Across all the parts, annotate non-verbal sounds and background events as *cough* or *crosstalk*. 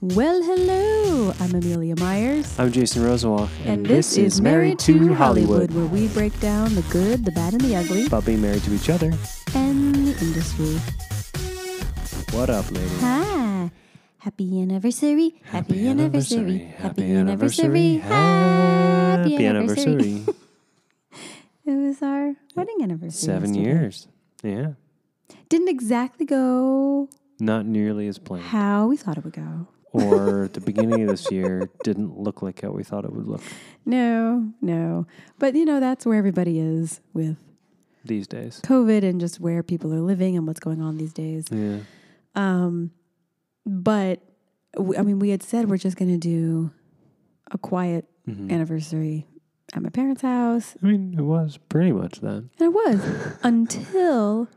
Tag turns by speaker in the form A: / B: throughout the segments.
A: Well, hello. I'm Amelia Myers.
B: I'm Jason Rosenwalk,
A: And this is Married to Hollywood, where we break down the good, the bad, and the ugly
B: about being married to each other.
A: and the industry.
B: What up, lady?
A: Hi. Happy anniversary. Happy, anniversary. Happy anniversary. *laughs*
B: Happy anniversary.
A: It was our wedding anniversary.
B: Seven
A: yesterday.
B: years. Yeah.
A: Didn't exactly go
B: Not nearly as planned.
A: how we thought it would go. *laughs*
B: Or at the beginning of this year, didn't look like how we thought it would look
A: No, no. But you know, that's where everybody is with
B: these days.
A: COVID and just where people are living and what's going on these days.
B: Yeah.
A: Um, but w- I mean, we had said we're just going to do a quiet
B: Mhm.
A: anniversary at my parents' house,
B: I mean, it was pretty much that.
A: and it
B: *laughs*
A: was until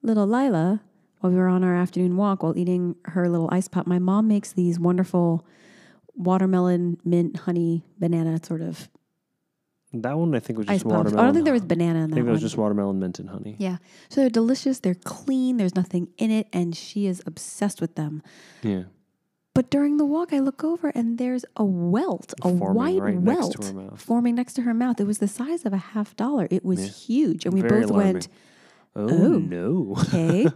A: little Lila, while we were on our afternoon walk while eating her little ice pop. My mom makes these wonderful watermelon, mint, honey, banana sort of
B: That one, I think, was
A: ice
B: just
A: pops.
B: watermelon.
A: I don't think there was banana in
B: I
A: that
B: think it was
A: one.
B: just watermelon, mint, and honey.
A: yeah, so they're delicious. They're clean. There's nothing in it, and she is obsessed with them.
B: Yeah.
A: But during the walk, I look over and there's a welt, a
B: Forming
A: wide
B: right next
A: welt
B: to her mouth.
A: forming next to her mouth. It was the size of a half dollar. It was
B: Yeah.
A: huge. And we
B: Very
A: both
B: alarming.
A: went,
B: Oh,
A: Oh.
B: no. *laughs*
A: okay.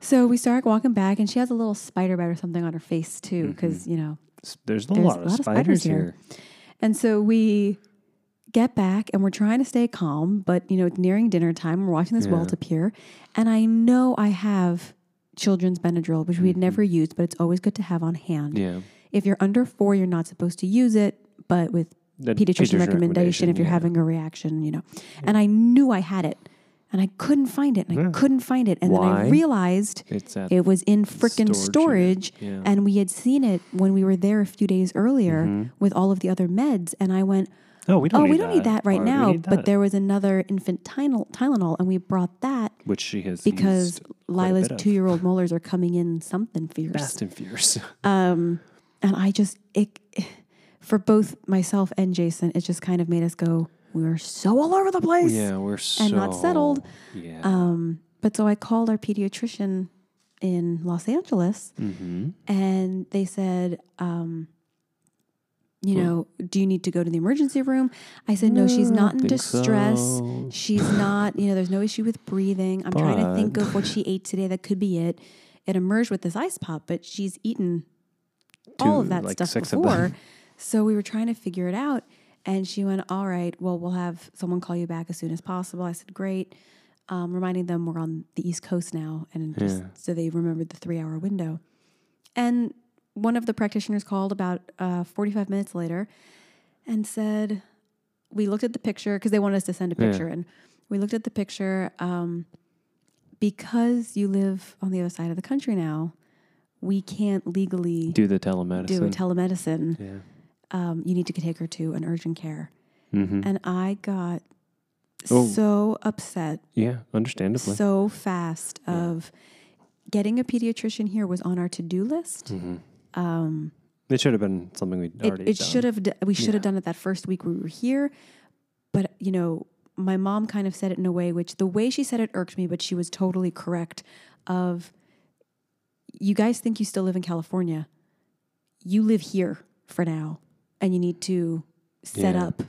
A: so we started walking back, and she has a little spider bite or something on her face, too,
B: Mm-hmm.
A: because, you know.
B: There's a
A: There's
B: lot of spiders here.
A: And so we get back and we're trying to stay calm, but, you know, it's nearing dinner time. We're watching this welt appear. And I know I have children's Benadryl, which we had never used, but it's always good to have on hand.
B: Mm-hmm. Yeah.
A: If you're under four, you're not supposed to use it, but with
B: The
A: pediatrician, recommendation, if you're
B: yeah.
A: having a reaction, you know. And I knew I had it and I couldn't find it and I couldn't find it. And then
B: Why?
A: I realized
B: It's at
A: it was in frickin'
B: Storage unit,
A: storage.
B: yeah.
A: And we had seen it when we were there a few days earlier with all of the other meds. And I went,
B: No, Mm-hmm. we don't.
A: Oh,
B: need
A: we don't
B: that.
A: need that right
B: Or we
A: now.
B: need
A: But
B: that.
A: there was another infant Tylenol, Tylenol and we brought that
B: which she has
A: because
B: used quite a
A: Lila's
B: bit of.
A: two year old molars are coming in something fierce.
B: Fast
A: *laughs*
B: and fierce.
A: Um, and I just, it, for both myself and Jason, it just kind of made us go, we were so all over the place.
B: Oh, yeah, we're so
A: and not settled.
B: Yeah.
A: Um, but so I called our pediatrician in Los Angeles
B: mm-hmm.
A: and they said, um, you know, do you need to go to the emergency room? I said, no, she's not
B: Mm,
A: in distress. She's not, you know, there's no issue with breathing. I'm trying to think of what she ate today. That could be it. It emerged with this ice pop, but she's eaten all of
B: Two,
A: that
B: like,
A: stuff
B: six of them.
A: before. So we were trying to figure it out. And she went, All right, well, we'll have someone call you back as soon as possible. I said, Great. Um, reminding them we're on the East Coast now. And just
B: Yeah.
A: so they remembered the three hour window. And one of the practitioners called about uh, 45 minutes later and said, We looked at the picture because they wanted us to send a
B: Yeah.
A: picture. And we looked at the picture. Um, because you live on the other side of the country now, we can't legally
B: Do the telemedicine.
A: do telemedicine.
B: yeah.
A: Um, you need to take her to an urgent care.
B: Mm-hmm.
A: And I got
B: Oh.
A: so upset
B: Yeah. Understandably.
A: so fast of getting a pediatrician here was on our to do list.
B: Mm.
A: Um,
B: Mm-hmm. it should have been something we
A: it
B: already.
A: it
B: done.
A: should have d- we should have
B: Yeah.
A: done it that first week we were here, but you know my mom kind of said it in a way which the way she said it irked me, but she was totally correct. Of you guys think you still live in California, you live here for now, and you need to set
B: Yeah.
A: up.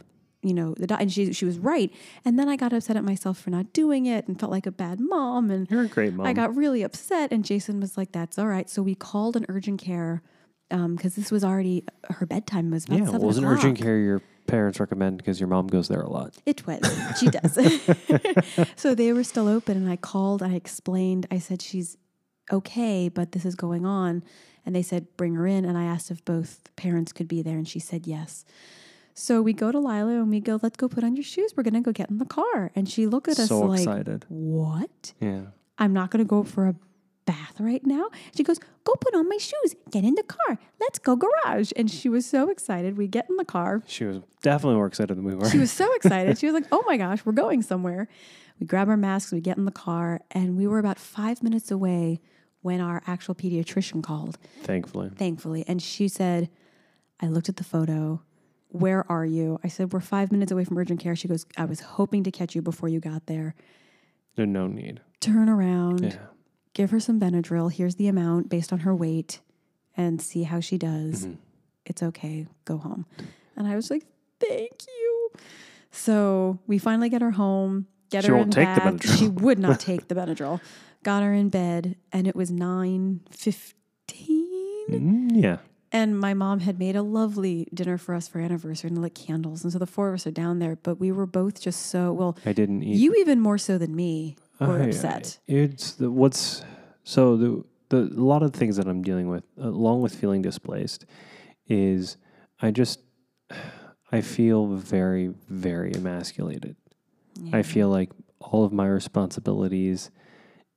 A: You know the doc- and she she was right, and then I got upset at myself for not doing it and felt like a bad mom and
B: You're a great mom.
A: I got really upset, and Jason was like, "That's all right." So we called an urgent care because this was already her bedtime was about
B: Yeah.
A: seven
B: Well, was an
A: o'clock.
B: urgent care your parents recommend because your mom goes there a lot.
A: It was. She does. *laughs* so they were still open, and I called. I explained. I said she's okay, but this is going on, and they said bring her in. And I asked if both parents could be there, and she said yes. So we go to Lila and we go, let's go put on your shoes. We're gonna go get in the car. And she looked at us
B: so
A: like,
B: excited.
A: what?
B: Yeah.
A: I'm not going to go for a bath right now. She goes, Go put on my shoes, get in the car, let's go garage. And she was so excited. We get in the car.
B: She was definitely more excited than we were.
A: She was so excited. She was like, Oh my gosh, we're going somewhere. We grab our masks, we get in the car, and we were about five minutes away when our actual pediatrician called,
B: *laughs* Thankfully.
A: thankfully. And she said, I looked at the photo. Where are you? I said, We're five minutes away from urgent care. She goes, I was hoping to catch you before you got there.
B: There's no need.
A: Turn around
B: Yeah.
A: give her some Benadryl. Here's the amount based on her weight, and see how she does.
B: Mm-hmm.
A: It's okay, go home. And I was like, thank you. So we finally get her home, get
B: She
A: her
B: won't
A: in
B: take the
A: bed.
B: Benadryl.
A: She would
B: *laughs*
A: not take the Benadryl. Got her in bed, and it was nine fifteen.
B: Mm, yeah.
A: And my mom had made a lovely dinner for us for anniversary and lit candles. And so the four of us are down there, but we were both just so well,
B: I didn't eat.
A: you even more so than me were
B: I-
A: upset.
B: it's the, what's so the the a lot of things that I'm dealing with, along with feeling displaced, is I just I feel very very emasculated. I feel like all of my responsibilities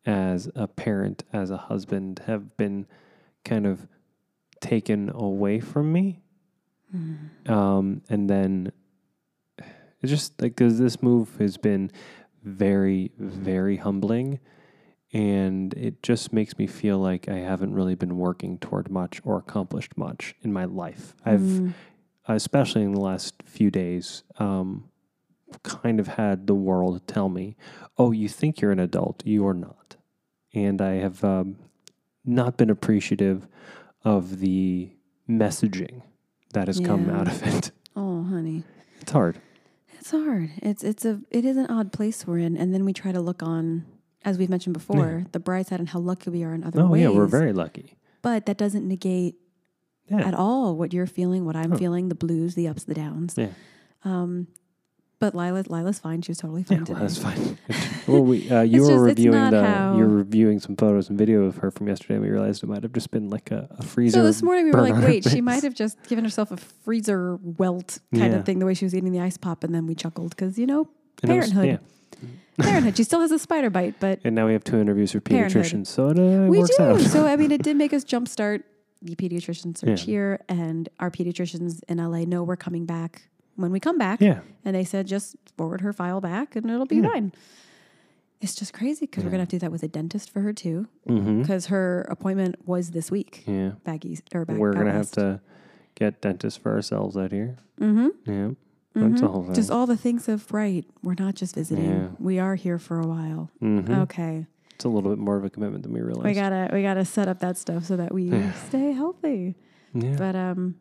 B: as a parent, as a husband, have been kind of taken away from me. Um, and then it's just like, because this move has been very, very humbling. And it just makes me feel like I haven't really been working toward much or accomplished much in my life. I've
A: Mm.
B: uh, especially in the last few days, um, kind of had the world tell me, "Oh, you think you're an adult? You are not." And I have um, not been appreciative of the messaging that has come
A: Yeah.
B: out of it. *laughs*
A: Oh, honey.
B: It's hard.
A: It's hard. It's it's a it is an odd place we're in. And then we try to look on, as we've mentioned before, the bright side and how lucky we are in other
B: Oh
A: ways.
B: yeah, we're very lucky.
A: but that doesn't negate
B: Yeah. Oh.
A: at all what you're feeling, what I'm feeling, the blues, the ups, the downs.
B: Yeah.
A: Um but Lila Lila's fine. She was totally fine
B: Yeah,
A: today.
B: well, that's fine. *laughs* well, we, uh, you
A: It's just-
B: were
A: it's
B: reviewing
A: not
B: the
A: how-
B: you were reviewing some photos and video of her from yesterday. We realized it might have just been like a, a freezer.
A: So this morning we were
B: burn on
A: like,
B: her
A: wait, she
B: face."
A: might have just given herself a freezer welt kind
B: Yeah.
A: of thing the way she was eating the ice pop, and then we chuckled because you know
B: And it was-
A: parenthood,
B: yeah.
A: parenthood. She still has a spider bite, but
B: And now we have two interviews for
A: Parenthood.
B: pediatricians, so it uh,
A: we
B: works
A: do.
B: out. *laughs*
A: so I mean, it did make us jumpstart the pediatrician search
B: Yeah.
A: here, and our pediatricians in LA know we're coming back when we come back,
B: yeah,
A: and they said just forward her file back, and it'll be
B: Yeah.
A: fine. It's just crazy because we're gonna have to do that with a dentist for her too,
B: mm-hmm.
A: because her appointment was this week.
B: yeah.
A: Back east or back.
B: Hmm. We're
A: out
B: gonna have
A: west.
B: to get dentists for ourselves out here.
A: Mhm.
B: Yeah, that's a whole thing.
A: mm-hmm. Just all the things of right. We're not just visiting.
B: Yeah.
A: We are here for a while.
B: Mhm.
A: Okay,
B: It's a little bit more of a commitment than we realized.
A: we gotta we gotta set up that stuff so that we stay healthy.
B: yeah,
A: But um,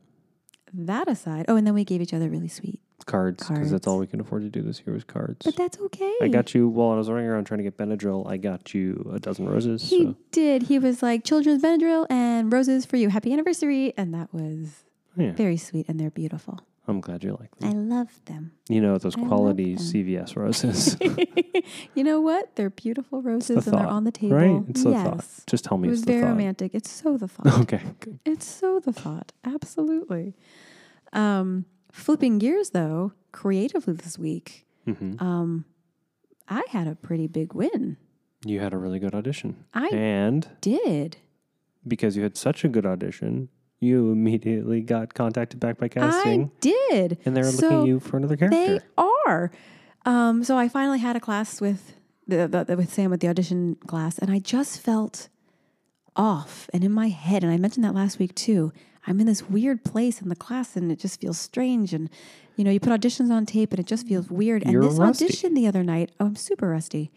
A: that aside, oh, and then we gave each other really sweet.
B: cards because that's
A: cards.
B: all we can afford to do this year was cards.
A: But that's okay.
B: I got you while I was running around trying to get Benadryl. I got you a dozen roses.
A: He
B: so
A: did. He was like children's Benadryl and roses for you. Happy anniversary, and that was
B: yeah,
A: very sweet. And they're beautiful.
B: I'm glad you like them.
A: I love them. *laughs*
B: you know those
A: I love
B: quality
A: them. *laughs*
B: CVS roses,
A: you know what? They're beautiful roses, and
B: thought,
A: they're on the table.
B: right? It's the
A: yes.
B: thought. Just tell me
A: It
B: it's
A: was
B: the
A: very
B: thought.
A: romantic. It's so the thought.
B: *laughs* Okay, good.
A: It's so the thought. Absolutely. Um, flipping gears, though, creatively this week,
B: hmm
A: um, I had a pretty big win.
B: You had a really good audition,
A: I
B: and
A: did.
B: because you had such a good audition, you immediately got contacted back by casting,
A: I did.
B: and they were looking
A: so
B: at you for another
A: They
B: character.
A: are. Um, so I finally had a class with the, the, the- with Sam with the audition class, and I just felt off and in my head. And I mentioned that last week too. I'm in this weird place in the class, and it just feels strange. And you know, you put auditions on tape, and it just feels weird.
B: You're
A: and this
B: rusty.
A: audition the other night, oh, I'm super rusty.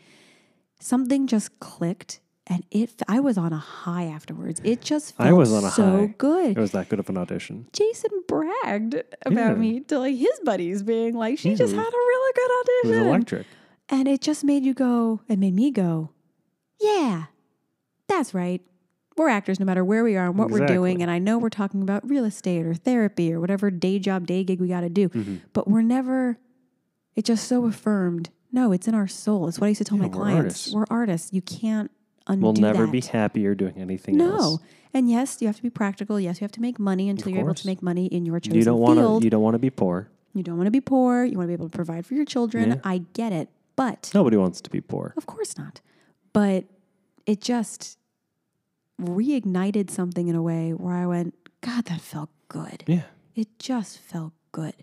A: Something just clicked, and it. I was on a high afterwards. It just felt
B: I was on a
A: so
B: high.
A: good.
B: it was that good of an audition.
A: Jason bragged about
B: Yeah.
A: me to like his buddies, being like, "She just
B: Mhm.
A: had a really
B: It
A: good
B: was
A: audition,"
B: electric.
A: and it just made you go. It made me go, "Yeah, that's right. We're actors, no matter where we are and what we're doing.
B: Exactly.
A: And I know we're talking about real estate or therapy or whatever day job, day gig we got to do,
B: Mm-hmm.
A: but we're never. It just so affirmed. No, it's in our soul. It's what I used to tell my
B: we're
A: clients.
B: artists.
A: We're artists. You can't undo
B: We'll never
A: that.
B: be happier doing anything
A: No.
B: else.
A: And yes, you have to be practical. Yes, you have to make money until you're able
B: course.
A: to make money in your chosen
B: You don't want
A: field.
B: to. You don't want to be poor.
A: You don't want to be poor. You want to be able to provide for your children.
B: Yeah.
A: I get it. But
B: Nobody wants to be poor.
A: of course not. But it just reignited something in a way where I went, God, that felt good.
B: Yeah.
A: It just felt good.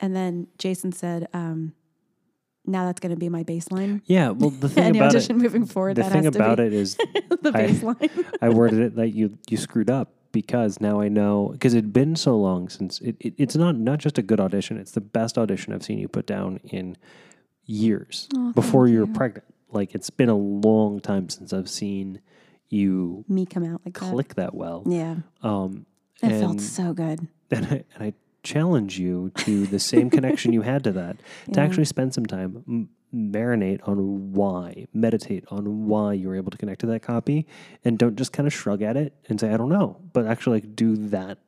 A: And then Jason said, um, now that's going to be my baseline.
B: Yeah.
A: *laughs*
B: Well, the thing
A: Any
B: about it.
A: audition moving forward,
B: The
A: that
B: thing
A: has to
B: about
A: be
B: it is,
A: *laughs* the
B: I-
A: baseline. *laughs*
B: I worded it like you you screwed up because now I know because it'd been so long since it, it, it's not not just a good audition it's the best audition I've seen you put down in years
A: Oh,
B: before
A: thank
B: you were
A: you.
B: pregnant like it's been a long time since I've seen you
A: me come out like that.
B: click that well.
A: Yeah,
B: Um,
A: it
B: and,
A: felt so good.
B: and, I, and I challenge you to the same connection you had to that, to
A: Yeah.
B: actually spend some time, m- marinate on why, meditate on why you were able to connect to that copy, and don't just kind of shrug at it and say, I don't know, but actually like do that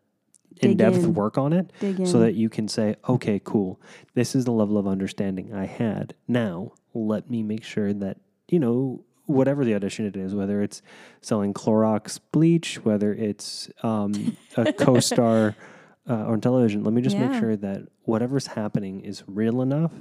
A: Dig
B: in depth
A: in.
B: work on it
A: Dig in.
B: so that you can say, okay, cool, this is the level of understanding I had. Now, let me make sure that, you know, whatever the audition it is, whether it's selling Clorox bleach, whether it's um,
A: *laughs*
B: a co star uh, on television, let me just
A: Yeah.
B: make sure that whatever's happening is real enough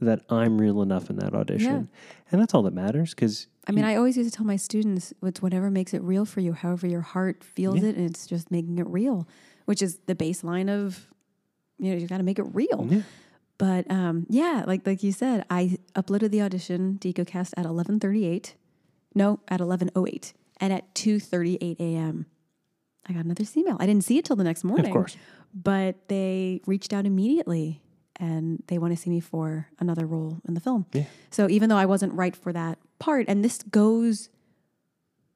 B: that I'm real enough in that audition. And that's all that matters because.
A: I mean, I always used to tell my students it's whatever makes it real for you, however your heart feels it, and it's just making it real, which is the baseline of you know you got to make it real.
B: Yeah.
A: But um, yeah, like like you said, I uploaded the audition to EcoCast at eleven thirty eight, no, at eleven oh eight, and at two thirty eight a.m. I got another email. I didn't see it till the next morning,
B: course.
A: But they reached out immediately, and they want to see me for another role in the film.
B: Yeah.
A: So even though I wasn't right for that part, and this goes,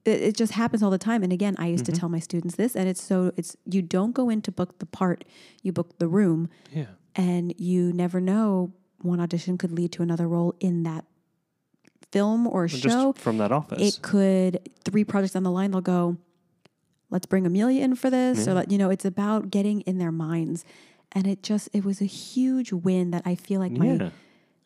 A: it, it just happens all the time. And again, I
B: Mm-hmm.
A: used to tell my students this, and it's so it's you don't go in to book the part, you book the room,
B: Yeah.
A: and you never know one audition could lead to another role in that film or
B: Just
A: show.
B: from that office.
A: It could three projects on the line. They'll go, let's bring Amelia in for this, or let you know. It's about getting in their minds, and it just it was a huge win that I feel like my
B: yeah.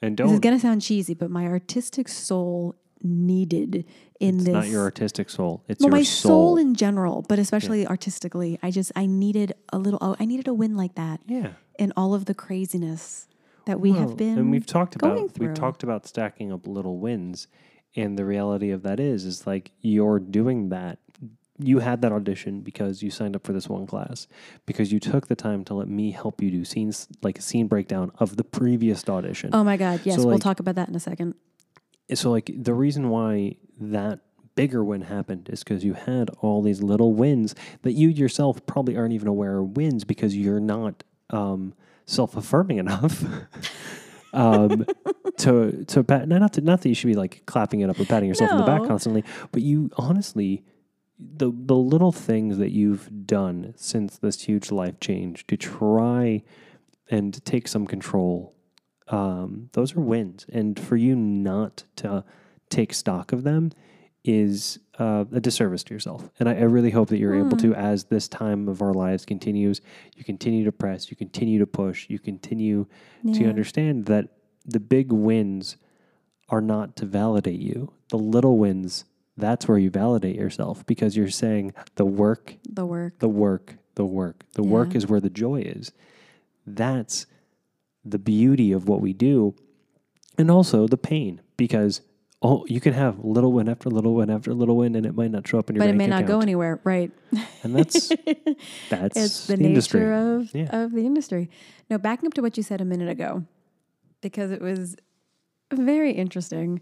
B: And
A: this is
B: don't.
A: going to sound cheesy, but my artistic soul needed in
B: It's
A: this.
B: not your artistic soul. It's
A: well,
B: your
A: my soul.
B: soul.
A: in general, but especially artistically. I just I needed a little. Oh, I needed a win like that
B: yeah.
A: in all of the craziness that we
B: Well,
A: have been.
B: and we've talked
A: going
B: about
A: through.
B: we've talked about stacking up little wins and the reality of that is is like you're doing that you had that audition because you signed up for this one class because you took the time to let me help you do scenes like a scene breakdown of the previous audition
A: oh my God! Yes, we'll
B: like-
A: talk about that in a second.
B: so like the reason why that bigger win happened is because you had all these little wins that you yourself probably aren't even aware are wins because you're not um, self-affirming *laughs* enough um, to to pat not to not that you should be like clapping it up or patting yourself on the back
A: No.
B: constantly, but you honestly the the little things that you've done since this huge life change to try and take some control um, those are wins. And for you not to take stock of them is uh, a disservice to yourself. And I, I really hope that you're able to, as this time of our lives continues, you continue to press, you continue to push, you continue to
A: Yeah.
B: understand that the big wins are not to validate you. The little wins, that's where you validate yourself because you're saying the work
A: The work.
B: the work, the work. The work is where the joy is. That's the beauty of what we do. And also the pain, because oh, you can have little win after little win after little win, and it might not show up in your
A: But it
B: bank
A: may not go
B: account.
A: anywhere, right?
B: And that's
A: *laughs*
B: that's
A: it's the,
B: the industry.
A: nature of
B: Yeah.
A: of the industry. Now, backing up to what you said a minute ago, because it was very interesting.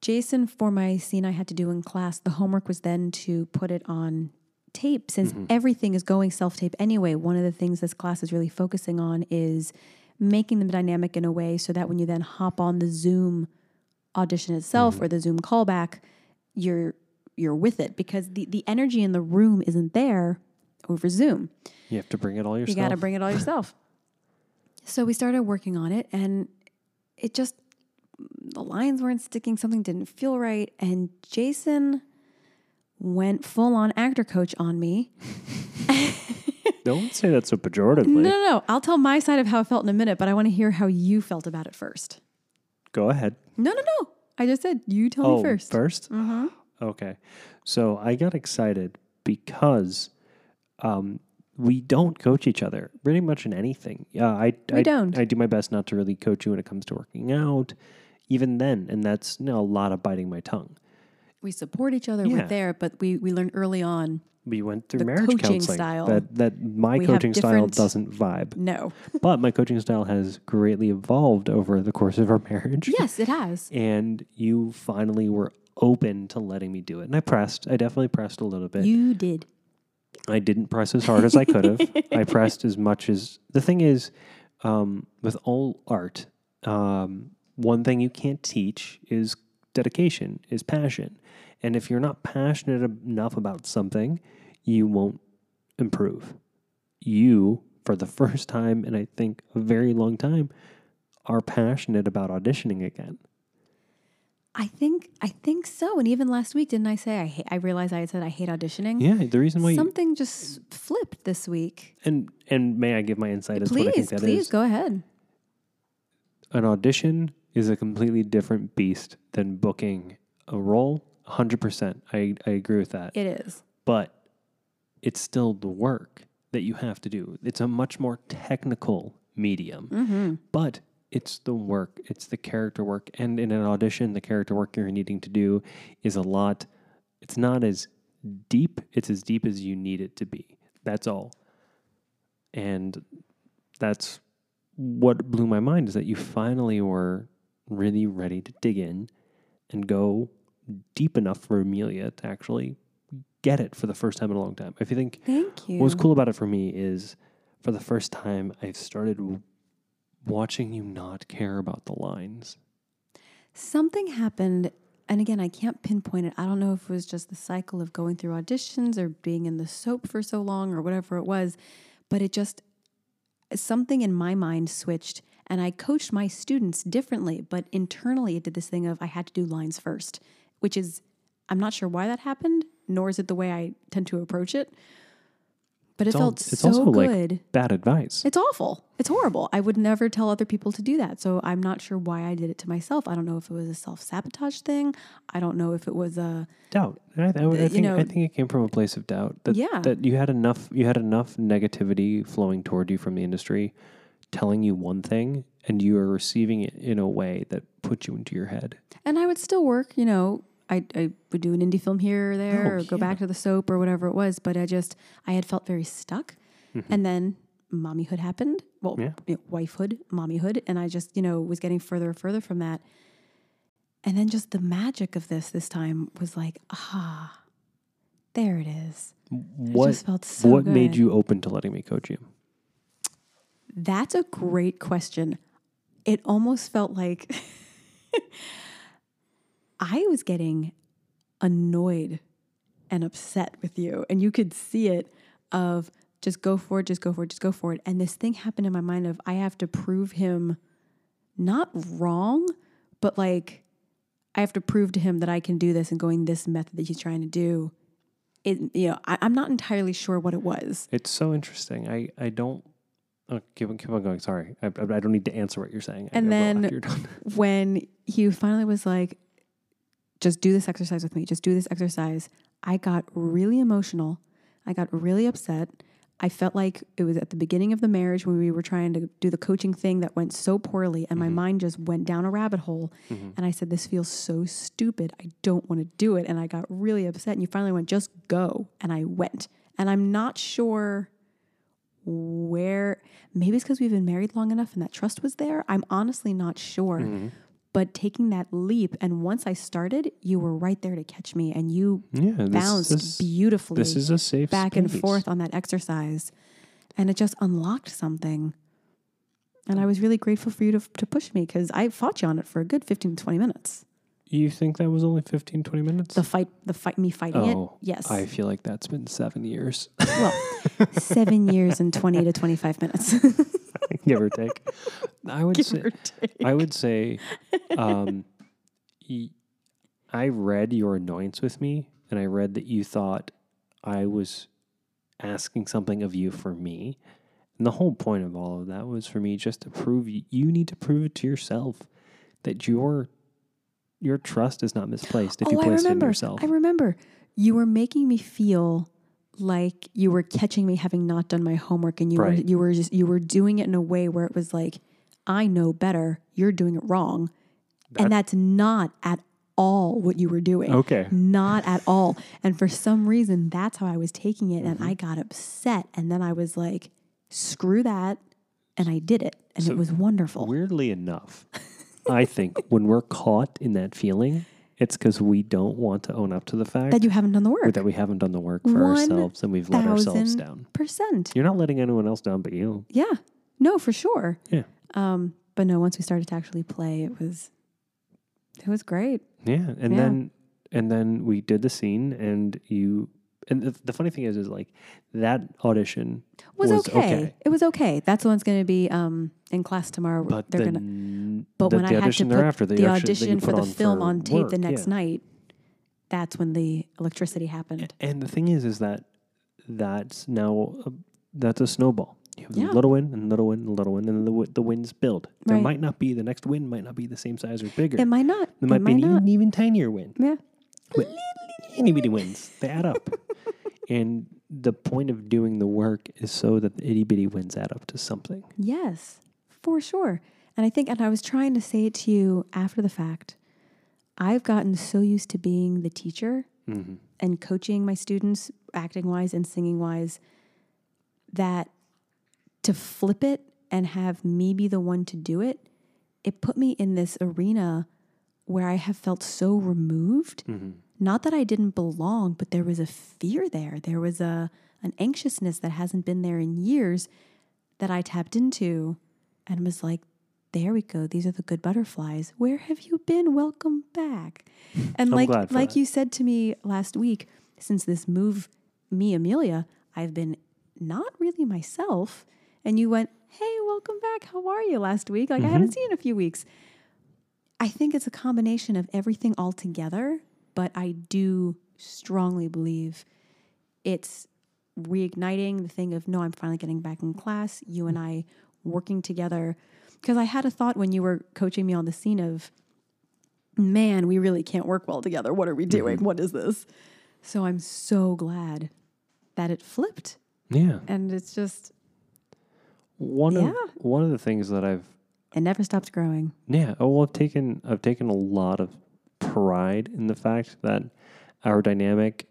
A: Jason, for my scene I had to do in class, the homework was then to put it on tape. Since
B: Mm-hmm.
A: everything is going self tape anyway, one of the things this class is really focusing on is making them dynamic in a way so that when you then hop on the Zoom audition itself
B: Mm-hmm.
A: or the Zoom callback, you're you're with it because the, the energy in the room isn't there over Zoom.
B: you have to bring it all yourself.
A: You got to bring it all yourself. so we started working on it, and it just the lines weren't sticking. Something didn't feel right, and Jason went full on actor coach on me.
B: Don't say that so pejoratively.
A: No, no, no. I'll tell my side of how I felt in a minute, but I want to hear how you felt about it first.
B: Go ahead.
A: No, no, no. I just said you tell me first.
B: Oh,
A: Mm-hmm.
B: Okay. So I got excited because um, we don't coach each other pretty much in anything. Yeah, I I,
A: don't.
B: I do my best not to really coach you when it comes to working out, even then, and that's you know, a lot of biting my tongue.
A: We support each other.
B: Yeah.
A: We're there, but we we learned early on.
B: We went through marriage
A: coaching
B: counseling.
A: style.
B: That that my
A: We have
B: coaching style
A: different-
B: doesn't vibe,
A: No.
B: but my coaching style has greatly evolved over the course of our marriage.
A: yes, it has.
B: And you finally were open to letting me do it, and I pressed. I definitely pressed a little bit.
A: You did.
B: I didn't press as hard as I could have. *laughs* I pressed as much as the thing is, um, with all art, um, one thing you can't teach is dedication is passion. And if you're not passionate enough about something, you won't improve. You, for the *laughs* first time in I think a very long time, are passionate about auditioning again.
A: I think I think so. And even last week, didn't I say I hate, I realized I had said I hate auditioning.
B: Yeah, the reason why you,
A: Something just flipped this week.
B: and and may I give my insight as to what I
A: Please,
B: think that is.
A: please go ahead.
B: an audition is a completely different beast than booking a role. 100%. I, I agree with that.
A: It is.
B: but it's still the work that you have to do. It's a much more technical medium, but it's the work, it's the character work. And in an audition, the character work you're needing to do is a lot, it's not as deep, it's as deep as you need it to be. That's all. And that's what blew my mind is that you finally were really ready to dig in and go deep enough for Amelia to actually get it for the first time in a long time. If you think
A: Thank you.
B: what was cool about it for me is for the first time I've started w- watching you not care about the lines.
A: Something happened, and again, I can't pinpoint it. I don't know if it was just the cycle of going through auditions or being in the soap for so long or whatever it was, but it just, something in my mind switched. And I coached my students differently, but internally it did this thing of I had to do lines first, which is, I'm not sure why that happened, nor is it the way I tend to approach it. But it
B: It's all-
A: felt
B: it's
A: so
B: also like-
A: good.
B: Bad advice.
A: It's awful. It's horrible. I would never tell other people to do that. So I'm not sure why I did it to myself. I don't know if it was a self sabotage thing. I don't know if it was a
B: doubt. And I, I, I think
A: Uh, know-
B: I think it came from a place of doubt that
A: Yeah.
B: that you had enough you had enough negativity flowing toward you from the industry, telling you one thing, and you are receiving it in a way that put you into your head.
A: and I would still work, you know, I, I would do an indie film here or there
B: Oh,
A: or go
B: yeah.
A: back to the soap or whatever it was, but I just, I had felt very stuck. And then mommyhood happened. Well,
B: Mm-hmm. Yeah.
A: you know, wifehood, mommyhood. And I just, you know, was getting further and further from that. And then just the magic of this this time was like, ah, there it is.
B: What
A: just felt so
B: what made
A: good.
B: you open to letting me coach you?
A: That's a great question. It almost felt like *laughs* I was getting annoyed and upset with you, and you could see it of just go for it, just go for it, just go for it. And this thing happened in my mind of I have to prove him not wrong, but like I have to prove to him that I can do this and going this method that he's trying to do. It, you know, I, I'm not entirely sure what it was.
B: It's so interesting. I, I don't. Oh, keep, on- keep on going. Sorry. I, I I don't need to answer what you're saying. I-
A: And
B: I will after
A: then-
B: you're done.
A: when he finally was like, just do this exercise with me, just do this exercise, I got really emotional. I got really upset. I felt like it was at the beginning of the marriage when we were trying to do the coaching thing that went so poorly, and my mind just went down a rabbit hole. And I said, This feels so stupid. I don't want to do it. And I got really upset. And you finally went, Just go. And I went. And I'm not sure where maybe it's because we've been married long enough and that trust was there. I'm honestly not sure.
B: Mm-hmm.
A: But taking that leap, and once I started, you were right there to catch me, and you
B: *laughs* yeah. This,
A: bounced
B: this,
A: beautifully
B: this is a safe
A: back and
B: space.
A: forth on that exercise, and it just unlocked something. And I was really grateful for you to, to push me because I fought you on it for a good 15 to 20 minutes.
B: You think that was only 15, 20 minutes?
A: The fight, the fight, me fighting
B: oh,
A: it. Yes.
B: I feel like that's been seven years, *laughs*
A: well, seven years and 20 to 25 minutes. *laughs*
B: give or take. I would say.
A: Give or take.
B: I would say. Um, y- I read your annoyance with me, and I read that you thought I was asking something of you for me. And the whole point of all of that was for me just to prove you, you need to prove it to yourself that your your trust is not misplaced if you place
A: Oh, I
B: it in
A: remember.
B: yourself.
A: I remember. You were making me feel like you were catching me having not done my homework, and you were
B: Right.
A: you were just you were doing it in a way where it was like, I know better. You're doing it wrong, and that's not at all what you were doing.
B: Okay.
A: Not at all. And for some reason, that's how I was taking it,
B: Mm-hmm.
A: and I got upset. And then I was like, screw that. And I did it. And it was wonderful. *laughs*
B: Weirdly enough, I think when we're caught in that feeling, it's because we don't want to own up to the fact
A: That you haven't done the work.
B: that we haven't done the work for
A: One
B: ourselves and we've let ourselves
A: thousand
B: down.
A: Percent.
B: You're not letting anyone else down but you.
A: Yeah. No, for sure.
B: Yeah.
A: Um, but no, once we started to actually play, it was it was great.
B: Yeah, and
A: Yeah.
B: then and then we did the scene, and you and the, the funny thing is, is like that audition
A: was, okay. It was okay. That's the one's going to be um, in class tomorrow.
B: But
A: They're
B: then,
A: gonna but
B: the,
A: when I
B: the
A: had to
B: audition
A: put
B: thereafter,
A: the,
B: the, auction that you
A: audition for
B: put
A: the
B: on
A: film
B: for
A: on tape the
B: work,
A: next
B: yeah.
A: night, that's when the electricity happened.
B: And the thing is, is that that's now a, that's a snowball. You have
A: Yeah.
B: a little wind and little wind and little wind, and the wi- the winds build. There
A: Right.
B: might not be the next wind might not be the same size or bigger.
A: It might not.
B: there might
A: it
B: be
A: might
B: an
A: not.
B: even, even tinier wind.
A: Yeah.
B: But itty bitty wins. They add up. *laughs* and the point of doing the work is so that the itty bitty wins add up to something.
A: Yes, for sure. And I think, and I was trying to say it to you after the fact, I've gotten so used to being the teacher and coaching my students, acting wise and singing wise, that to flip it and have me be the one to do it, it put me in this arena where I have felt so removed. Not that I didn't belong, but there was a fear there. There was a an anxiousness that hasn't been there in years that I tapped into and was like, there we go. These are the good butterflies. Where have you been? Welcome
B: *laughs*
A: back. And like
B: glad for
A: like
B: that.
A: you said to me last week, since this move me Amelia, I've been not really myself. And you went, "Hey, welcome back. How are you?" last week. Like I
B: Mm-hmm.
A: haven't seen you in a few weeks. I think it's a combination of everything all together, but I do strongly believe it's reigniting the thing of no, I'm finally getting back in class, you and I working together. Because I had a thought when you were coaching me on the scene of, man, we really can't work well together. What are we doing? What is this? So I'm so glad that it flipped.
B: Yeah.
A: And it's just,
B: One
A: Yeah.
B: of one of the things that I've
A: it never stops growing.
B: Yeah. Oh, well, I've taken I've taken a lot of pride in the fact that our dynamic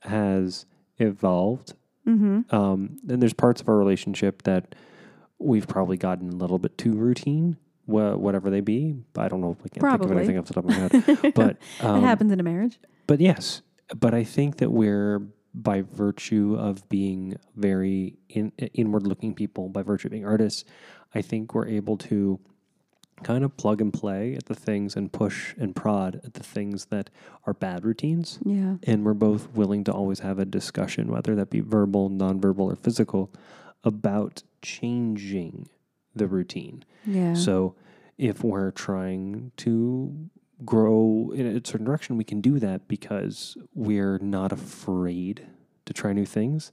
B: has evolved. Mm-hmm. Um, and there's parts of our relationship that we've probably gotten a little bit too routine, wha- whatever they be. I don't know. I can't think
A: Probably.
B: of anything off the top of my head. but
A: *laughs* it
B: um,
A: happens in a marriage.
B: but yes, but I think that we're by virtue of being very in, inward looking people, by virtue of being artists, I think we're able to kind of plug and play at the things and push and prod at the things that are bad routines.
A: Yeah.
B: And we're both willing to always have a discussion, whether that be verbal, nonverbal, or physical, about changing the routine.
A: Yeah.
B: So if we're trying to grow in a certain direction, we can do that because we're not afraid to try new things.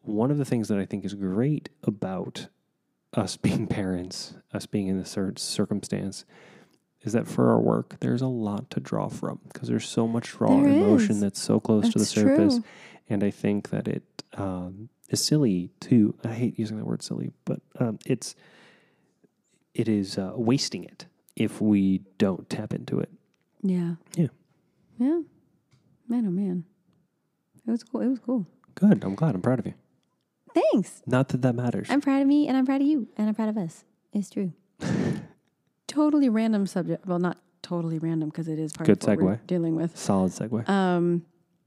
B: One of the things that I think is great about us *laughs* being parents, us being in this cer- circumstance, is that for our work, there's a lot to draw from because there's so much raw
A: There
B: emotion
A: is.
B: that's so close to the
A: That's
B: surface.
A: true.
B: And I think that it um, is silly too. I hate using that word silly, but um, it's it is uh, wasting it if we don't tap into it.
A: Yeah.
B: Yeah.
A: Yeah. Man, oh man. It was cool. It was cool.
B: Good. I'm glad. I'm proud of you.
A: Thanks.
B: Not that that matters.
A: I'm proud of me and I'm proud of you and I'm proud of us. It's true. *laughs* totally random subject. Well, not totally random because it is part
B: Good
A: of what we're
B: segue.
A: dealing with.
B: Solid segue.
A: Um,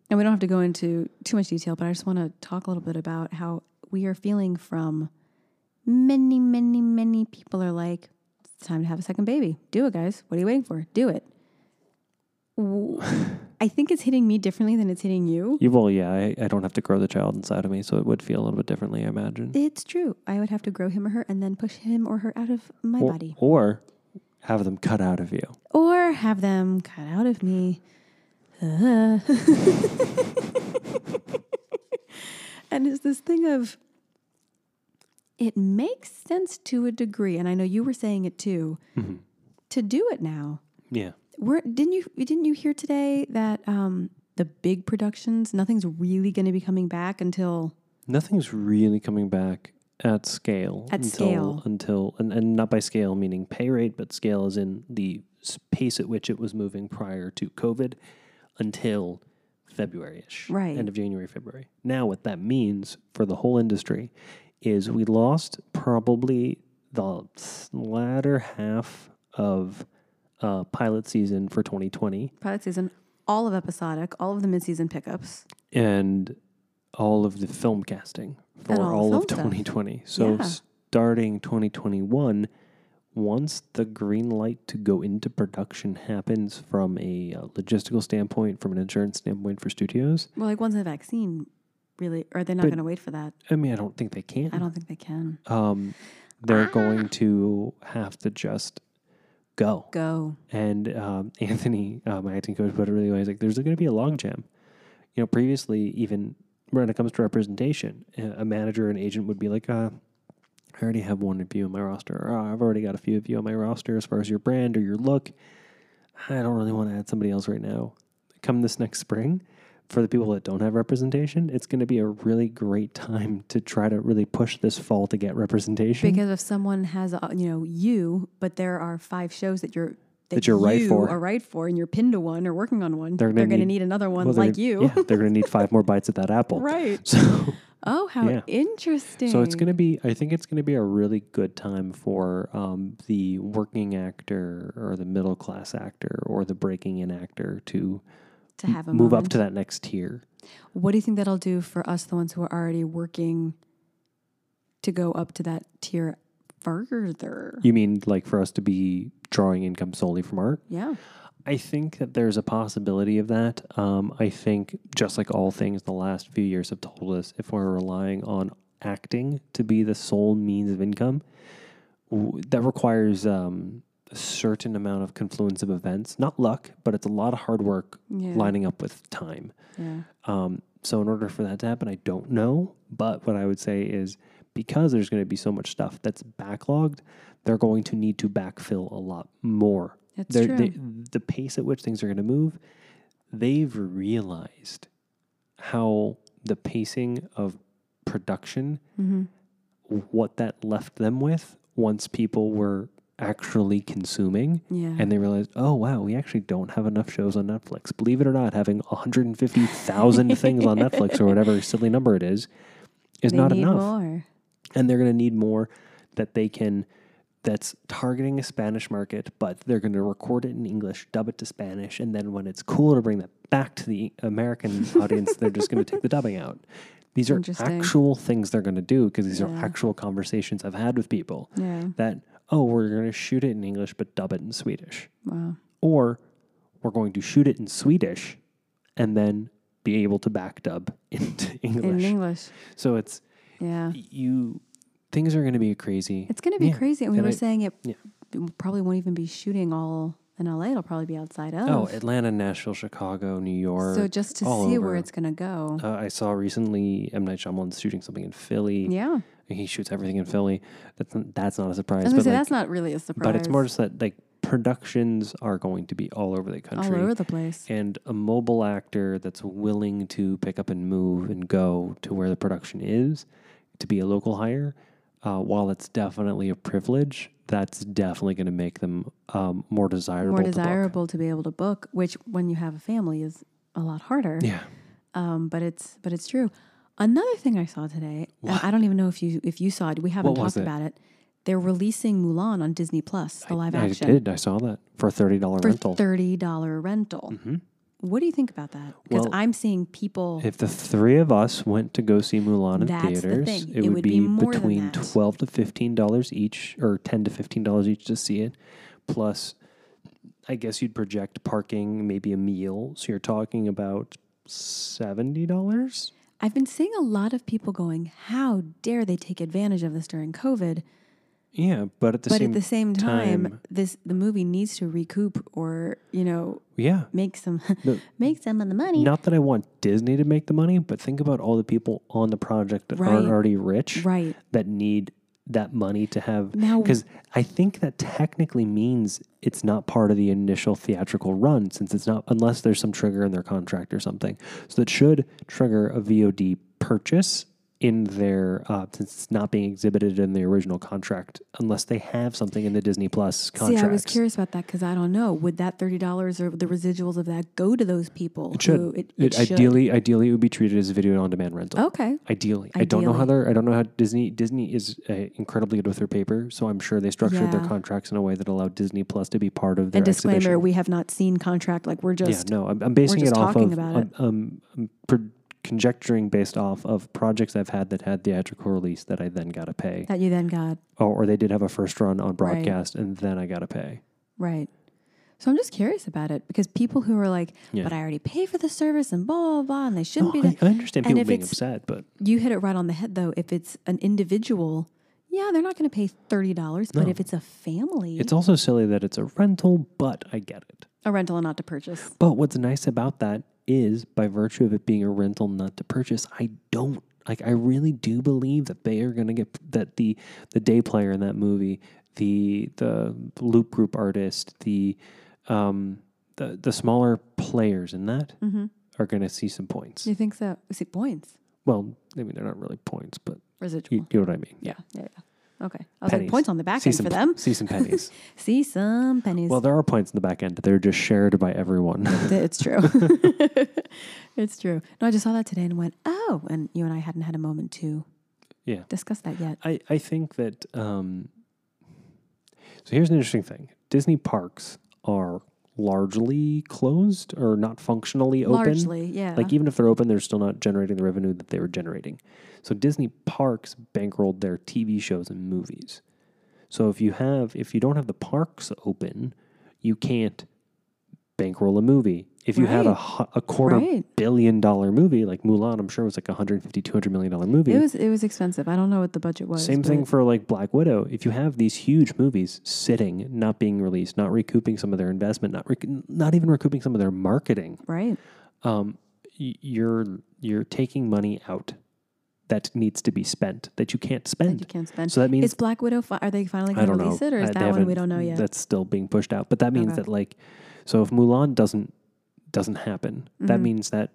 A: and we don't have to go into too much detail, but I just want to talk a little bit about how we are feeling from many, many, many people are like, it's time to have a second baby. Do it, guys. What are you waiting for? Do it. W- I think it's hitting me differently than it's hitting you.
B: you well, yeah. I, I don't have to grow the child inside of me, so it would feel a little bit differently. I imagine.
A: It's true. I would have to grow him or her and then push him or her out of my
B: Or,
A: body
B: or have them cut out of you.
A: or have them cut out of me. *laughs* Uh. and it's this thing of it makes sense to a degree and I know you were saying it too to do it now.
B: Yeah.
A: We're, didn't you didn't you hear today that um, the big productions nothing's really going to be coming back until
B: Nothing's really coming back at scale
A: At
B: until
A: scale.
B: until and, and not by scale meaning pay rate, but scale is in the s- pace at which it was moving prior to COVID until February ish.
A: Right.
B: End of January, February. Now what that means for the whole industry is we lost probably the s- latter half of uh, pilot season for 2020
A: pilot season all of episodic, all of the mid-season pickups.
B: and all of the film casting for
A: And all the
B: all, of
A: film stuff.
B: 2020. So
A: Yeah.
B: starting 2021, once the green light to go into production happens from a uh, logistical standpoint, from an insurance standpoint for studios,
A: Well, like once the vaccine really, or they're not
B: But-
A: going to wait for that.
B: I mean, I don't think they can.
A: I don't Ah. think they can
B: um, they're going to have to just go.
A: go.
B: And um, *laughs* Anthony, uh, my acting coach, put it really well. He's like, "There's going to be a logjam." You know, previously, even when it comes to representation, a a manager and agent would be like, uh, "I already have one of you on my roster, or uh, I've already got a few of you on my roster as far as your brand or your look. I don't really want to add somebody else right now." Come this next spring, for the people that don't have representation, it's going to be a really great time to try to really push this fall to get representation.
A: Because if someone has, uh, you know, you, but there are five shows that you're that,
B: you're right
A: you
B: for.
A: are right for, and you're pinned to one or working on one,
B: They're
A: they're
B: gonna
A: going to
B: need-
A: need, another one
B: Well, they're
A: like
B: gonna-
A: you,
B: yeah, they're going to
A: *laughs*
B: need five more bites at that apple,
A: right?
B: So.
A: Oh, how
B: Yeah.
A: interesting!
B: So it's going to be, I think it's going to be a really good time for um, the working actor or the middle class actor or the breaking in actor to
A: to have a
B: move
A: moment.
B: up to that next tier.
A: What do you think that'll do for us, the ones who are already working, to go up to that tier further?
B: You mean like for us to be drawing income solely from art?
A: yeah.
B: I think that there's a possibility of that. Um, I think, just like all things, the last few years have told us if we're relying on acting to be the sole means of income, w- that requires um, a certain amount of confluence of events. Not luck, but it's a lot of hard work
A: Yeah.
B: lining up with time.
A: Yeah.
B: Um, so, in order for that to happen, I don't know. But what I would say is because there's going to be so much stuff that's backlogged, they're going to need to backfill a lot more.
A: That's
B: They're-
A: true.
B: They, the pace at which things are going to move, they've realized how the pacing of production,
A: Mm-hmm.
B: what that left them with once people were actually consuming.
A: yeah.
B: And they realized, oh wow, we actually don't have enough shows on Netflix. Believe it or not, having 150,000 things on Netflix or whatever
A: *laughs*
B: silly number it is, is
A: They
B: not
A: need
B: enough.
A: more.
B: And they're going to need more that they can, that's targeting a Spanish market, but they're going to record it in English, dub it to Spanish, and then when it's cool to bring that back to the
A: *laughs*
B: American audience, they're just going to take the dubbing out. These are
A: Interesting.
B: actual things they're going to do because these are
A: Yeah.
B: actual conversations I've had with people
A: Yeah.
B: that, oh, we're going to shoot it in English, but dub it in Swedish
A: Wow.
B: or we're going to shoot it in Swedish and then be able to back dub *laughs* into English.
A: In English.
B: So it's
A: Yeah.
B: you things are going to be crazy.
A: It's going to be
B: Yeah.
A: crazy. And we
B: And
A: were
B: I-
A: saying it
B: yeah.
A: w- probably won't even be shooting all in LA. It'll probably be outside of.
B: oh, Atlanta, Nashville, Chicago, New York.
A: so just to see
B: all over.
A: where it's going to go.
B: uh, I saw recently M Night Shyamalan's shooting something in Philly.
A: yeah.
B: He shoots everthing in Philly. That's not, that's not a surprise,
A: I was going to
B: but
A: say,
B: like,
A: that's not really a surprise.
B: but it's more just that like productions are going to be all over the
A: all
B: country.
A: over the place.
B: and a mobile actor that's willing to pick up and move and go to where the production is to be a local hire, uh, while it's definitely a privilege, that's definitely going to make them um, more desirable.
A: More
B: to book.
A: desirable to be able to book, which when you have a family is a lot harder.
B: Yeah.
A: Um, but it's but it's true. Another thing I saw today, and I don't even know if you if you saw it. We haven't
B: What was
A: talked
B: it?
A: about it. They're releasing Mulan on Disney Plus, the live
B: I
A: action
B: did. I saw that for a $30
A: for
B: rental. Hmm.
A: thirty dollar rental. What do you think about that? Because
B: Well,
A: I'm seeing people.
B: if the three of us went to go see Mulan in
A: That's the
B: theaters,
A: thing.
B: it, would, be,
A: more than
B: between
A: that.
B: twelve to fifteen dollars each, or ten to fifteen dollars each to see it. Plus, I guess you'd project parking, maybe a meal. So you're talking about seventy dollars.
A: I've been seeing a lot of people going, "How dare they take advantage of this during COVID?"
B: Yeah, but at the
A: But
B: same
A: at the same time,
B: time-
A: this the movie needs to recoup or you know
B: yeah.
A: make some *laughs*
B: No.
A: make some of the money.
B: Not that I want Disney to make the money, but think about all the people on the project that aren't
A: Right.
B: already rich
A: Right.
B: that need that money to have
A: Now-
B: because I think that technically means it's not part of the initial theatrical run since it's not unless there's some trigger in their contract or something. So that should trigger a VOD purchase in their uh, since it's not being exhibited in the original contract unless they have something in the Disney Plus
A: See,
B: contract.
A: I was curious about that because I don't know. Would that thirty dollars or the residuals of that go to those people? It
B: should.
A: Who it,
B: It-
A: it should.
B: ideally ideally it would be treated as a video on demand rental.
A: Okay.
B: Ideally. I don't know how
A: Ideally.
B: they're. I don't know how Disney. Disney is uh, incredibly good with their paper, so I'm sure they structured their
A: Yeah.
B: contracts in a way that allowed Disney Plus to be part of their
A: And disclaimer:
B: exhibition.
A: We have not seen contract. Like we're
B: Yeah,
A: just
B: no, I'm, I'm basing
A: just
B: it off
A: talking
B: of
A: about
B: um, um, um, pro- conjecturing based off of projects I've had that had theatrical release that I then got to pay.
A: that you then got
B: Oh, or they did have a first run on
A: Right.
B: broadcast and then I got to pay.
A: right. So I'm just curious about it because people who are like,
B: Yeah.
A: but I already pay for the service and blah blah, blah and they shouldn't
B: No,
A: be.
B: I,
A: That.
B: I understand
A: and
B: people
A: if
B: being
A: it's-
B: upset, but
A: You hit it right on the head though. If it's an individual, yeah, they're not going to pay thirty dollars. But
B: No.
A: if it's a family,
B: it's also silly that it's a rental, but I get it.
A: a rental and not to purchase.
B: But what's nice about that is by virtue of it being a rental not to purchase, I don't like I really do believe that they are going to get that the the day player in that movie, the the loop group artist, the um the the smaller players in that
A: Mm-hmm.
B: are going to see some points.
A: You think so? Is it points
B: Well, I mean they're not really points, but
A: residual?
B: you, you know what I mean.
A: yeah, yeah, yeah. Okay, I was like
B: Pennies.
A: points on the back
B: see
A: end
B: some
A: for them.
B: See some pennies.
A: *laughs* See some pennies.
B: well, there are points in the back end. They're just shared by everyone.
A: *laughs* It's
B: *laughs*
A: true. it's true. No, I just saw that today and went, oh, and you and I hadn't had a moment to
B: Yeah.
A: discuss that yet.
B: I, I think that um, so here's an interesting thing disney parks are largely closed or not functionally open
A: Largely, yeah.
B: like even if they're open they're still not generating the revenue that they were generating so disney parks bankrolled their tv shows and movies so if you have if you don't have the parks open you can't bankroll a movie if you had a,
A: Right.
B: hu- a quarter
A: Right.
B: billion dollar movie like mulan i'm sure was like a 150 200 million dollar movie
A: it was it was expensive. I don't know what the budget was.
B: same
A: but
B: thing for like Black Widow. If you have these huge movies sitting, not being released, not recouping some of their investment, not rec- not even recouping some of their marketing,
A: Right.
B: um, y- you're you're taking money out that needs to be spent that you can't
A: That you
B: spend.
A: can't spend.
B: So that means
A: Is Black Widow fi- are they finally
B: I
A: going to
B: don't know.
A: release it or is
B: I- they
A: that one we
B: haven't-
A: don't know yet?
B: That's still being pushed out, but that means
A: Okay.
B: that like, so if Mulan doesn't doesn't happen, that means that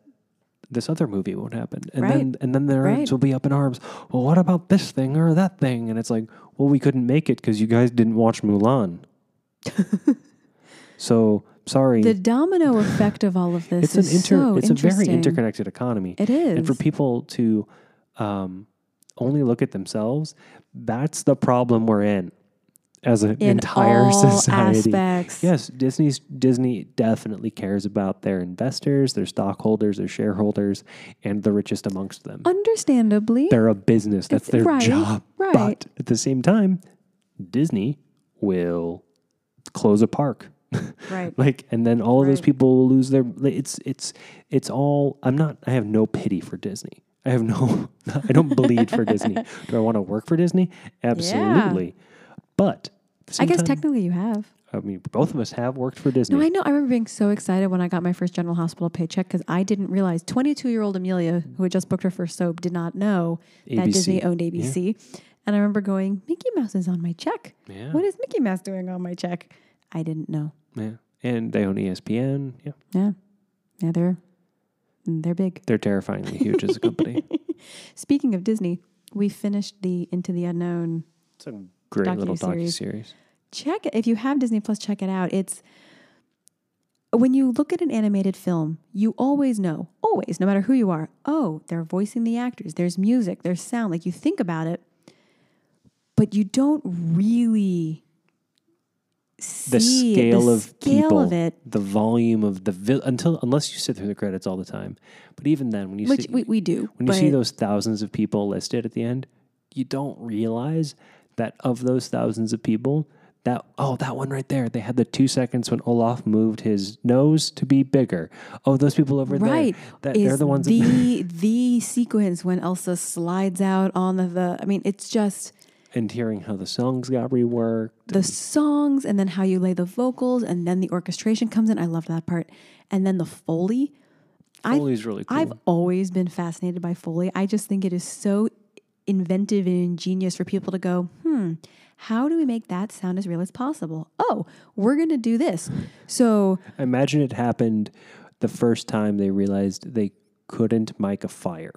B: this other movie won't happen,
A: Mm-hmm.
B: and
A: Right.
B: then and then there
A: Right.
B: will be up in arms. Well, what about this thing or that thing? And it's like, well, we couldn't make it because you guys didn't watch
A: *laughs*
B: Mulan. so sorry.
A: the
B: *laughs*
A: domino effect of all of this
B: it's an
A: is
B: inter.
A: so
B: it's a very
A: interesting.
B: interconnected economy.
A: It is.
B: And for people to um, only look at themselves, that's the problem we're in as an
A: in
B: entire
A: all
B: society.
A: aspects.
B: Yes, Disney's Disney definitely cares about their investors, their stockholders, their shareholders, and the richest amongst them.
A: Understandably.
B: They're a business. That's
A: It's-
B: their
A: Oh, right,
B: job.
A: right.
B: But at the same time, Disney will close a park *laughs*
A: right.
B: like and then all of those
A: Right.
B: people will lose their like, it's it's it's all i'm not i have no pity for disney i have no *laughs* i don't bleed for disney
A: *laughs*
B: do i want to work for disney absolutely but at
A: I
B: the same
A: guess
B: time,
A: technically you have.
B: i mean both of us have worked for disney
A: No, I know. I remember being so excited when I got my first General Hospital paycheck because I didn't realize 22 year old Amelia, who had just booked her first soap, did not know that
B: ABC.
A: Disney owned ABC. And I remember going, Mickey Mouse is on my check.
B: Yeah.
A: What is Mickey Mouse doing on my check? I didn't know.
B: yeah and they own E espn yeah
A: Yeah. Yeah, they're, they're big.
B: they're terrifyingly huge as a
A: *laughs*
B: company
A: Speaking of Disney, we finished the Into the Unknown
B: it's a great little docu
A: Docuseries.
B: series
A: check it if you have disney plus check it out it's when you look at an animated film you always know always no matter who you are oh they're voicing the actors there's music there's sound like you think about it but you don't really
B: the
A: see it,
B: scale
A: the
B: of
A: scale
B: people
A: of it
B: the volume of the vi- until unless you sit through the credits all the time but even then when you
A: which
B: sit,
A: we, we do
B: When you see
A: but-
B: those thousands of people listed at the end, you don't realize that of those thousands of people, that oh, that one right there, they had the two seconds when Olaf moved his nose to be bigger. Oh, those people over
A: right
B: there, that they're
A: is
B: the ones. that- *laughs*
A: the the sequence when elsa slides out on the, the i mean it's just
B: and hearing how the songs got reworked,
A: the songs and then how you lay the vocals and then the orchestration comes in. I love that part. And then the Foley. I've-
B: Foley's really cool.
A: I've always been fascinated by Foley. I just think it is so inventive and ingenious for people to go, hmm, how do we make that sound as real as possible? Oh, we're going to do this. So,
B: Imagine it happened the first time they realized they couldn't mic a fire.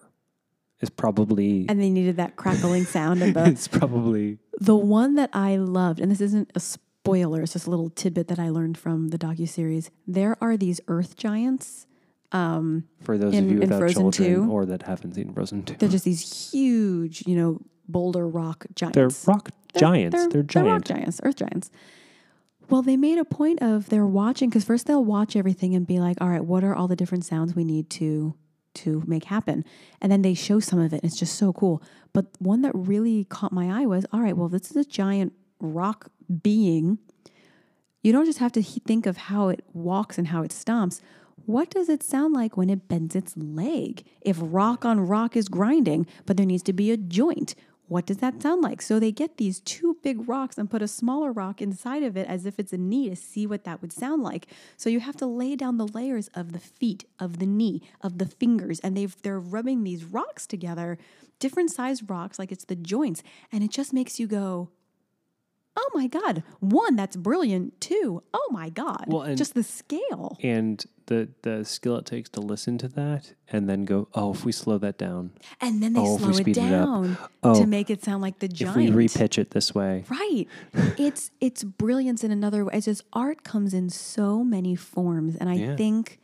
B: It's probably
A: and they needed that crackling sound and the
B: *laughs* it's probably
A: The one that I loved, and this isn't a spoiler, it's just a little tidbit that I learned from the docuseries. There are these earth giants.
B: for those
A: In-
B: of you
A: in
B: without
A: Frozen
B: children
A: 2.
B: or that haven't seen Frozen Two.
A: They're just these huge, you know, boulder rock giants.
B: They're rock giants. They're,
A: rock
B: giant.
A: giants, earth giants. Well, they made a point of they're watching because first they'll watch everything and be like, "All right, what are all the different sounds we need to to make happen. And then they show some of it. It's just so cool. But one that really caught my eye was all right, well, this is a giant rock being. You don't just have to he- think of how it walks and how it stomps. What does it sound like when it bends its leg? If rock on rock is grinding, but there needs to be a joint, what does that sound like? So they get these two big rocks and put a smaller rock inside of it as if it's a knee to see what that would sound like. So you have to lay down the layers of the feet, of the knee, of the fingers, and they've they're rubbing these rocks together, different sized rocks, like it's the joints, and it just makes you go, Oh my God. One, that's brilliant. Two, oh my God.
B: Well, and-
A: just the scale.
B: And the the skill it takes to listen to that and then go, oh, if we slow that down,
A: And then they
B: Oh, if
A: slow
B: we
A: it
B: speed it up.
A: down
B: Oh,
A: to make it sound like the giant.
B: if we repitch it this way,
A: Right. it's it's brilliance in another way. It's just art comes in so many forms, and I
B: Yeah.
A: think.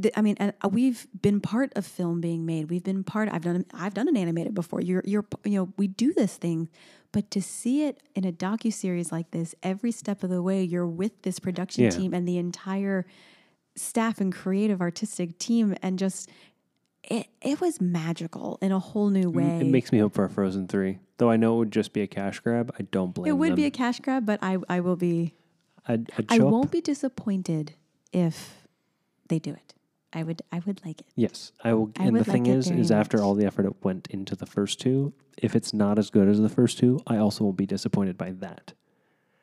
A: th- I mean, and uh, we've been part of film being made. We've been part. I've done. I've done an animated before. You're. You're. p- You know, we do this thing, but to see it in a docu series like this, every step of the way, you're with this production
B: Yeah.
A: team and the entire staff and creative artistic team, and just it. It was magical in a whole new way.
B: it makes me hope for a Frozen three. Though I know it would just be a cash grab. I don't blame
A: It would
B: them.
A: be a cash grab, but I, I will be
B: I'd, I'd
A: I
B: show up.
A: won't be disappointed if they do it. I would I would like it.
B: Yes, I will.
A: I
B: and the
A: would like
B: thing
A: it
B: is,
A: very
B: is after
A: much.
B: all the effort that went into the first two, if it's not as good as the first two, I also will be disappointed by that.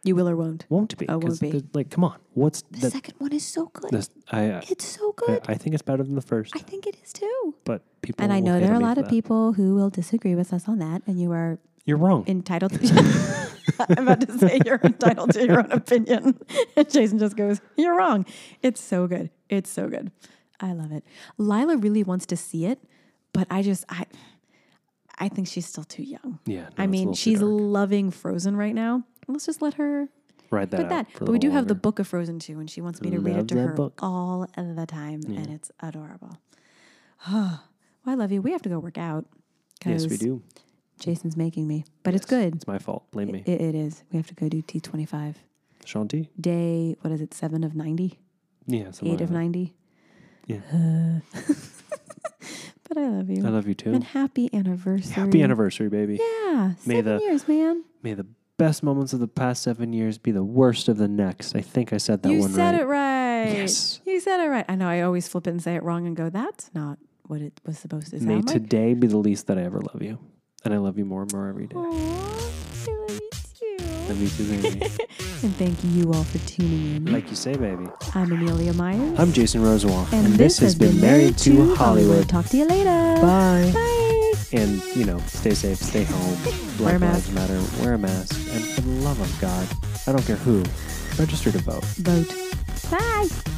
A: You will or won't.
B: Won't be.
A: Oh, won't
B: 'cause
A: be.
B: the- Like, come on, what's
A: The
B: that?
A: second one is so good.
B: This, I, I-
A: it's so
B: I,
A: good.
B: I think it's better than the first,
A: I think it is too.
B: but people.
A: And I
B: will
A: know
B: hate
A: there are a
B: on me
A: lot
B: for
A: of
B: that.
A: people who will disagree with us on that, and you are
B: You're wrong. *laughs*
A: entitled. To *laughs* I'm about to say you're entitled to your own opinion. *laughs* And Jason just goes, "You're wrong. It's so good. It's so good. I love it." Lila really wants to see it, but I just I I think she's still too young.
B: yeah, no,
A: I
B: it's a
A: mean,
B: little too
A: she's
B: dark.
A: loving Frozen right now. Let's just let her
B: ride that.
A: put
B: out
A: that.
B: for a
A: But we do
B: little
A: have the
B: longer.
A: book of Frozen too, and she wants me to read
B: Love
A: it to
B: that
A: her
B: book.
A: all of the time, and it's adorable. *sighs* well, I love you. We have to go work out
B: Yes,
A: because
B: we do.
A: Jason's making me, but it's
B: Yes,
A: good.
B: It's my fault. Blame me,
A: It, it is. We have to go do T twenty five
B: Shanti.
A: day. What is it? Seven of ninety.
B: Yeah, somewhere
A: Eight of
B: like
A: ninety.
B: Yeah.
A: Uh, *sighs* but I love
B: that. I
A: you.
B: love you too.
A: And happy anniversary.
B: Happy anniversary, baby.
A: Yeah,
B: May
A: seven
B: the-
A: years, man.
B: May the best moments of the past seven years be the worst of the next. I think I said that
A: you
B: one
A: said
B: right.
A: it right.
B: Yes.
A: You said it right. I know I always flip it and say it wrong and go, that's not what it was supposed to
B: May
A: sound like.
B: today be the least that I ever love you. And I love you more and more every day.
A: Aw, I love you too.
B: Love you too, baby.
A: *laughs* And thank you all for tuning in.
B: like you say, baby.
A: I'm Amelia Myers.
B: I'm Jason Rosewall. And, this has been Married to Hollywood.
A: Talk to you later.
B: Bye.
A: Bye.
B: And, you know, stay safe, stay home.
A: Wear a
B: Black Lives
A: mask.
B: Matter. Wear a mask. And for the love of God, I don't care who, register to vote.
A: Vote. Bye.